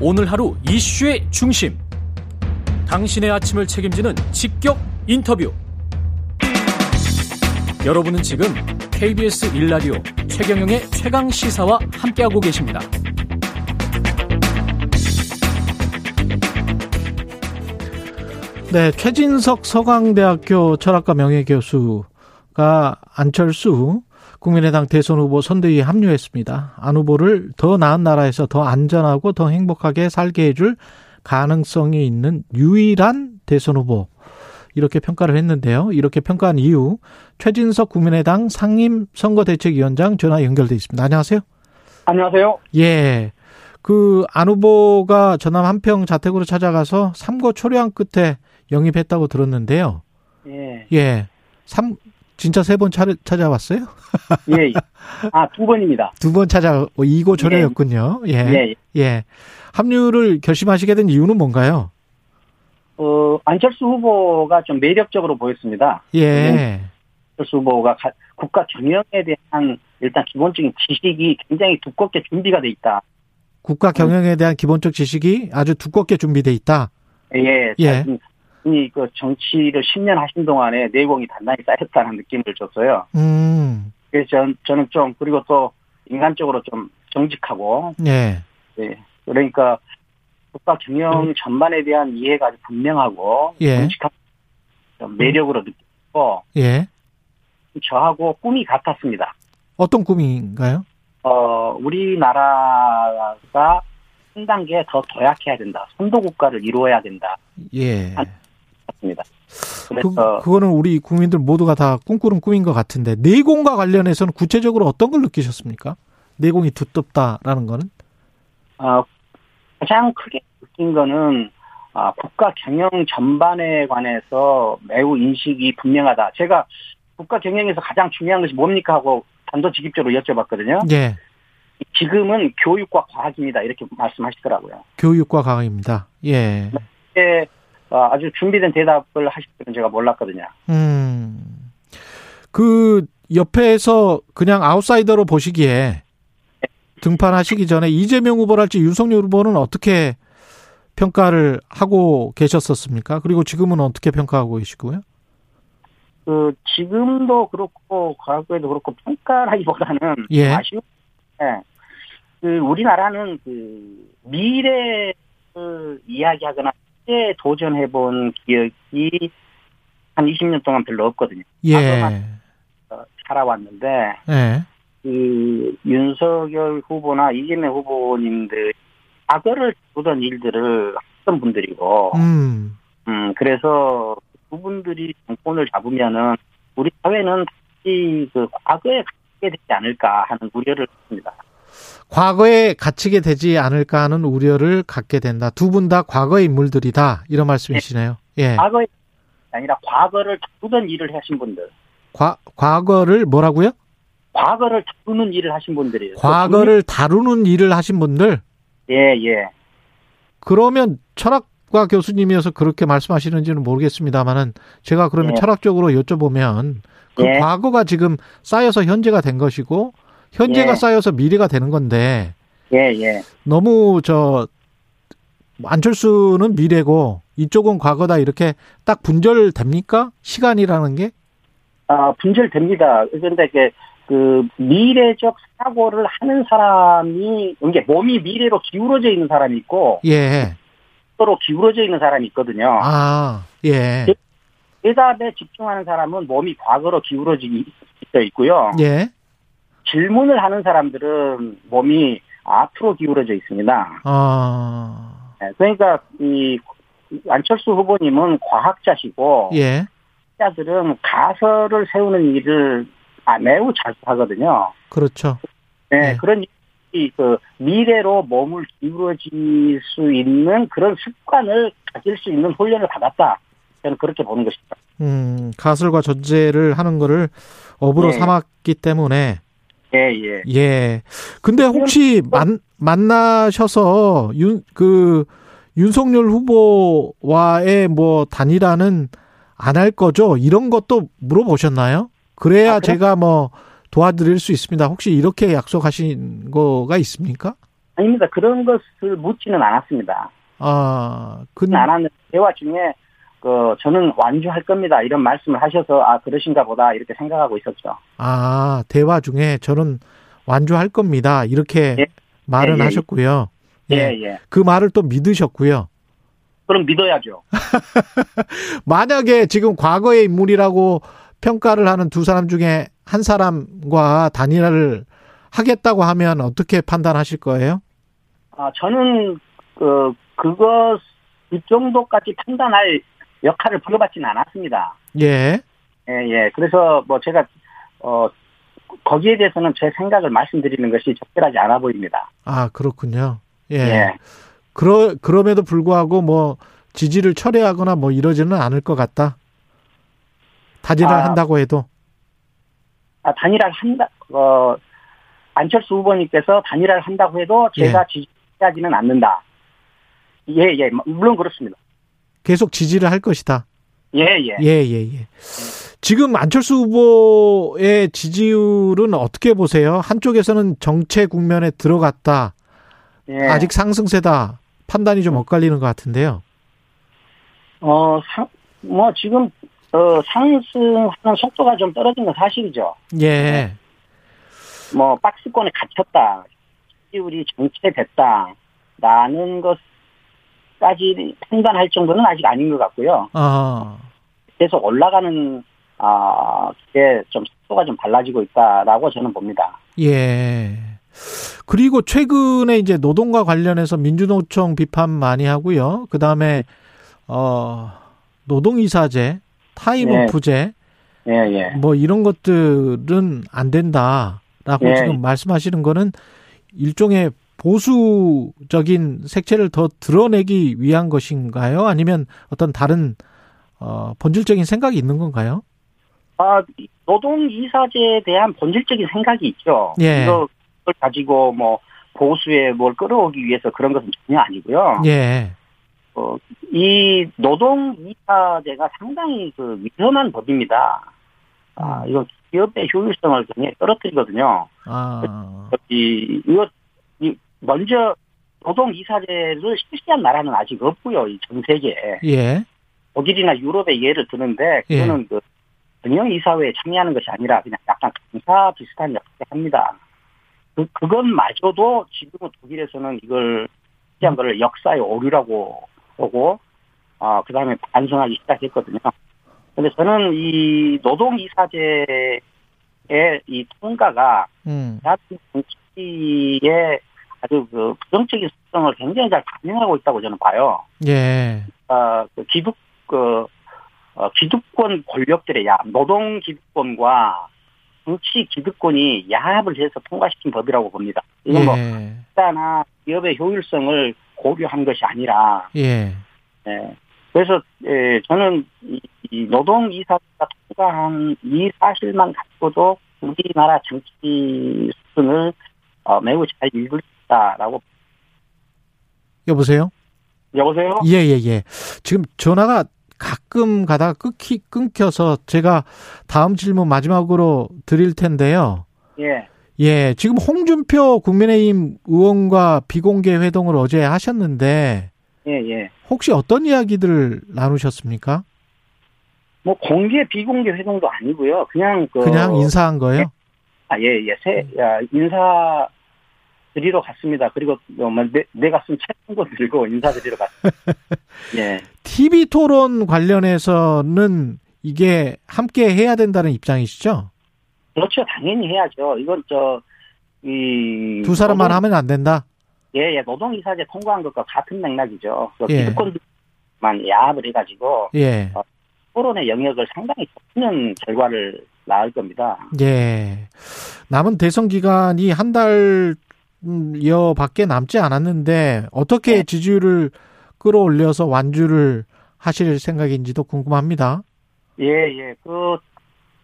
오늘 하루 이슈의 중심. 당신의 아침을 책임지는 직격 인터뷰. 여러분은 지금 KBS 일라디오 최경영의 최강 시사와 함께하고 계십니다. 네, 최진석 서강대학교 철학과 명예교수가 안철수 국민의당 대선 후보 선대위에 합류했습니다. 안 후보를 더 나은 나라에서 더 안전하고 더 행복하게 살게 해줄 가능성이 있는 유일한 대선 후보. 이렇게 평가를 했는데요. 이렇게 평가한 이유 최진석 국민의당 상임 선거대책위원장 전화 연결돼 있습니다. 안녕하세요. 안녕하세요. 예. 그 안 후보가 전남 한평 자택으로 찾아가서 삼고 초려한 끝에 영입했다고 들었는데요. 예, 예. 삼 진짜 세 번 찾아왔어요? 예. 아, 두 번입니다. 두 번 찾아 어, 이고 초려였군요. 예. 예. 예. 합류를 결심하시게 된 이유는 뭔가요? 어, 안철수 후보가 좀 매력적으로 보였습니다. 예. 안철수 후보가 가- 국가 경영에 대한 일단 기본적인 지식이 굉장히 두껍게 준비가 돼 있다. 국가 경영에 대한 기본적 지식이 아주 두껍게 준비돼 있다. 예. 예. 자신이 그 정치를 10년 하신 동안에 내공이 단단히 쌓였다는 느낌을 줬어요. 음. 그래서 전, 저는 좀, 그리고 또 인간적으로 좀 정직하고, 예. 예. 그러니까 국가 경영 전반에 대한 이해가 아주 분명하고, 음. 예. 정직한 좀 매력으로 느끼고, 예. 저하고 꿈이 같았습니다. 어떤 꿈인가요? 어, 우리나라가 한 단계 더 도약해야 된다. 선도 국가를 이루어야 된다. 예. 같습니다. 그, 그래서 그거는 우리 국민들 모두가 다 꿈꾸는 꿈인 것 같은데 내공과 관련해서는 구체적으로 어떤 걸 느끼셨습니까? 내공이 두텁다라는 거는 어, 가장 크게 느낀 거는 아, 국가 경영 전반에 관해서 매우 인식이 분명하다. 제가 국가 경영에서 가장 중요한 것이 뭡니까 하고 단도직입적으로 여쭤봤거든요. 예 지금은 교육과 과학입니다. 이렇게 말씀하시더라고요. 교육과 과학입니다. 예, 이게 아, 아주 준비된 대답을 하실 줄은 제가 몰랐거든요. 음, 그 옆에서 그냥 아웃사이더로 보시기에 등판하시기 전에 이재명 후보랄지 윤석열 후보는 어떻게 평가를 하고 계셨었습니까? 그리고 지금은 어떻게 평가하고 계시고요? 그 지금도 그렇고 과거에도 그렇고 평가하기보다는 예. 아쉬운 예. 그 우리나라는 그 미래를 이야기하거나 미래에 도전해본 기억이 한 20년 동안 별로 없거든요. 예, 어, 살아왔는데 예, 그 윤석열 후보나 이재명 후보님들 과거를 보던 일들을 하던 분들이고 음, 음, 그래서 그분들이 정권을 잡으면은 우리 사회는 다시 그 과거에 가게 되지 않을까 하는 우려를 했습니다. 과거에 갇히게 되지 않을까 하는 우려를 갖게 된다. 두 분 다 과거의 인물들이다. 이런 말씀이시네요. 예. 과거에 아니라 과거를 다루던 일을 하신 분들, 과, 과거를 뭐라고요? 과거를 다루는 일을 하신 분들이에요. 과거를 다루는 일을 하신 분들. 예, 예. 그러면 철학과 교수님이어서 그렇게 말씀하시는지는 모르겠습니다만은 제가 그러면 네. 철학적으로 여쭤보면 그 예. 과거가 지금 쌓여서 현재가 된 것이고 현재가 예. 쌓여서 미래가 되는 건데 예, 예. 너무 저 안철수는 미래고 이쪽은 과거다 이렇게 딱 분절됩니까? 시간이라는 게? 아, 분절됩니다. 그런데 이게 그 미래적 사고를 하는 사람이, 이게 몸이 미래로 기울어져 있는 사람이 있고, 예. 서로 기울어져 있는 사람이 있거든요. 아, 예. 그- 대답에 집중하는 사람은 몸이 과거로 기울어져 있고요. 예. 질문을 하는 사람들은 몸이 앞으로 기울어져 있습니다. 아, 예, 그러니까 이 안철수 후보님은 과학자시고 예. 학자들은 가설을 세우는 일을 아, 매우 잘 하거든요. 그렇죠. 예, 네. 그런 이 그 미래로 몸을 기울어질 수 있는 그런 습관을 가질 수 있는 훈련을 받았다. 저는 그렇게 보는 것입니다. 음, 가설과 전제를 하는 거를 업으로 네. 삼았기 때문에 예, 예. 예. 근데 혹시 뭐 만 만나셔서 윤 그 윤석열 후보와의 뭐 단일화는 안 할 거죠? 이런 것도 물어보셨나요? 그래야 아, 그럼- 제가 뭐 도와드릴 수 있습니다. 혹시 이렇게 약속하신 거가 있습니까? 아닙니다. 그런 것을 묻지는 않았습니다. 아, 근, 묻지는 않았는데 대화 중에 그 저는 완주할 겁니다. 이런 말씀을 하셔서 아 그러신가 보다 이렇게 생각하고 있었죠. 아, 대화 중에 저는 완주할 겁니다. 이렇게 예. 말은 예, 예. 하셨고요. 예, 예. 그 말을 또 믿으셨고요. 그럼 믿어야죠. 만약에 지금 과거의 인물이라고 평가를 하는 두 사람 중에 한 사람과 단일화를 하겠다고 하면 어떻게 판단하실 거예요? 아 저는 그 그것 이 정도까지 판단할 역할을 부여받지는 않았습니다. 예. 예, 예. 그래서 뭐 제가 어 거기에 대해서는 제 생각을 말씀드리는 것이 적절하지 않아 보입니다. 아, 그렇군요. 예. 예. 그러, 그럼에도 불구하고 뭐 지지를 철회하거나 뭐 이러지는 않을 것 같다. 단일화 아. 한다고 해도. 아, 단일화를 한다, 어, 안철수 후보님께서 단일화를 한다고 해도 제가 예. 지지하지는 않는다. 예, 예, 물론 그렇습니다. 계속 지지를 할 것이다. 예, 예. 예, 예, 예. 지금 안철수 후보의 지지율은 어떻게 보세요? 한쪽에서는 정체 국면에 들어갔다. 예. 아직 상승세다. 판단이 좀 엇갈리는 것 같은데요. 어, 상, 뭐, 지금, 어, 상승하는 속도가 좀 떨어진 건 사실이죠. 예. 뭐, 박스권에 갇혔다. 지지율이 정체됐다. 라는 것까지 판단할 정도는 아직 아닌 것 같고요. 아, 계속 올라가는, 아, 그게 좀 속도가 좀 달라지고 있다라고 저는 봅니다. 예. 그리고 최근에 이제 노동과 관련해서 민주노총 비판 많이 하고요. 그 다음에, 어, 노동이사제, 타임오프제, 예, 예. 뭐 이런 것들은 안 된다라고 예. 지금 말씀하시는 거는 일종의 보수적인 색채를 더 드러내기 위한 것인가요? 아니면 어떤 다른 어, 본질적인 생각이 있는 건가요? 아, 이 노동 이사제에 대한 본질적인 생각이 있죠. 예. 이거- 이걸 가지고 뭐 보수에 뭘 끌어오기 위해서 그런 것은 전혀 아니고요. 예, 어, 이 노동 이사제가 상당히 그 위험한 법입니다. 아, 이거 기업의 효율성을 굉장히 떨어뜨리거든요. 아, 이 이거 이 먼저 노동 이사제를 실시한 나라는 아직 없고요. 이 전 세계에 예, 독일이나 유럽의 예를 드는데 그거는 그 전형 이사회에 참여하는 것이 아니라 그냥 약간 강사 비슷한 역할을 합니다. 그 그것마저도 지금은 독일에서는 이걸 시한 거를 역사의 오류라고 보고 아 그다음에 반성하기 시작했거든요. 근데 저는 이 노동 이사제의 이 통과가 음, 대한민국 정치의 아주 그 부정적인 속성을 굉장히 잘 반영하고 있다고 저는 봐요. 예, 아, 그 기득, 그, 어, 기득권 권력들의 야, 노동 기득권과 정치 기득권이 야합을 해서 통과시킨 법이라고 봅니다. 이건 뭐, 예, 국가나 기업의 효율성을 고려한 것이 아니라, 예, 예. 그래서, 예, 저는 이, 이 노동 이사가 통과한 이 사실만 갖고도 우리나라 정치 수준을 어, 매우 잘 읽을 수 있다라고. 여보세요? 여보세요? 예, 예, 예. 지금 전화가 가끔 가다가 끊기, 끊겨서 제가 다음 질문 마지막으로 드릴 텐데요. 예. 예, 지금 홍준표 국민의힘 의원과 비공개 회동을 어제 하셨는데, 예, 예. 혹시 어떤 이야기들을 나누셨습니까? 뭐, 공개, 비공개 회동도 아니고요. 그냥, 그. 그냥 인사한 거예요? 아, 예, 예. 새, 야, 인사 드리러 갔습니다. 그리고 어, 뭐, 내, 내가 쓴 책 한 권 들고 인사 드리러 갔습니다. 예. TV 토론 관련해서는 이게 함께 해야 된다는 입장이시죠? 그렇죠. 당연히 해야죠. 이건 저, 이. 두 사람만 노동- 하면 안 된다? 예, 예. 노동이사제 통과한 것과 같은 맥락이죠. 그 예. 기득권만 야합을 해가지고 예. 토론의 영역을 상당히 좁히는 결과를 낳을 겁니다. 예. 남은 대선 기간이 한 달여 밖에 남지 않았는데 어떻게 네. 지지율을 끌어올려서 완주를 하실 생각인지도 궁금합니다. 예, 예. 그,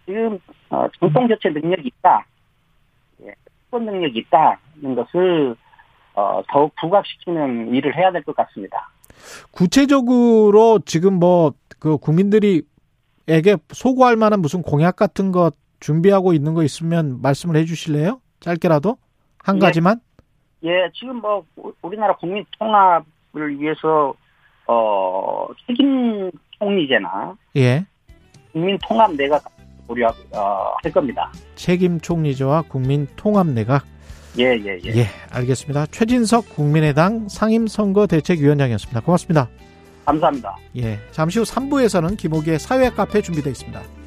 지금, 어, 정통교체 능력이 있다. 예, 특권 능력이 있다는 것을, 어, 더욱 부각시키는 일을 해야 될 것 같습니다. 구체적으로 지금 뭐 그 국민들이 에게 소구할 만한 무슨 공약 같은 것 준비하고 있는 거 있으면 말씀을 해 주실래요? 짧게라도 한 예. 가지만. 예, 지금 뭐 우- 우리나라 국민 통합을 위해서 어 책임 총리제나 예. 국민 통합 내가 고려할 어, 할 겁니다. 책임 총리제와 국민 통합 내각. 예, 예, 예. 예, 알겠습니다. 최진석 국민의당 상임선거대책위원장이었습니다. 고맙습니다. 감사합니다. 예. 잠시 후 3부에서는 김호기의 사회 카페 준비되어 있습니다.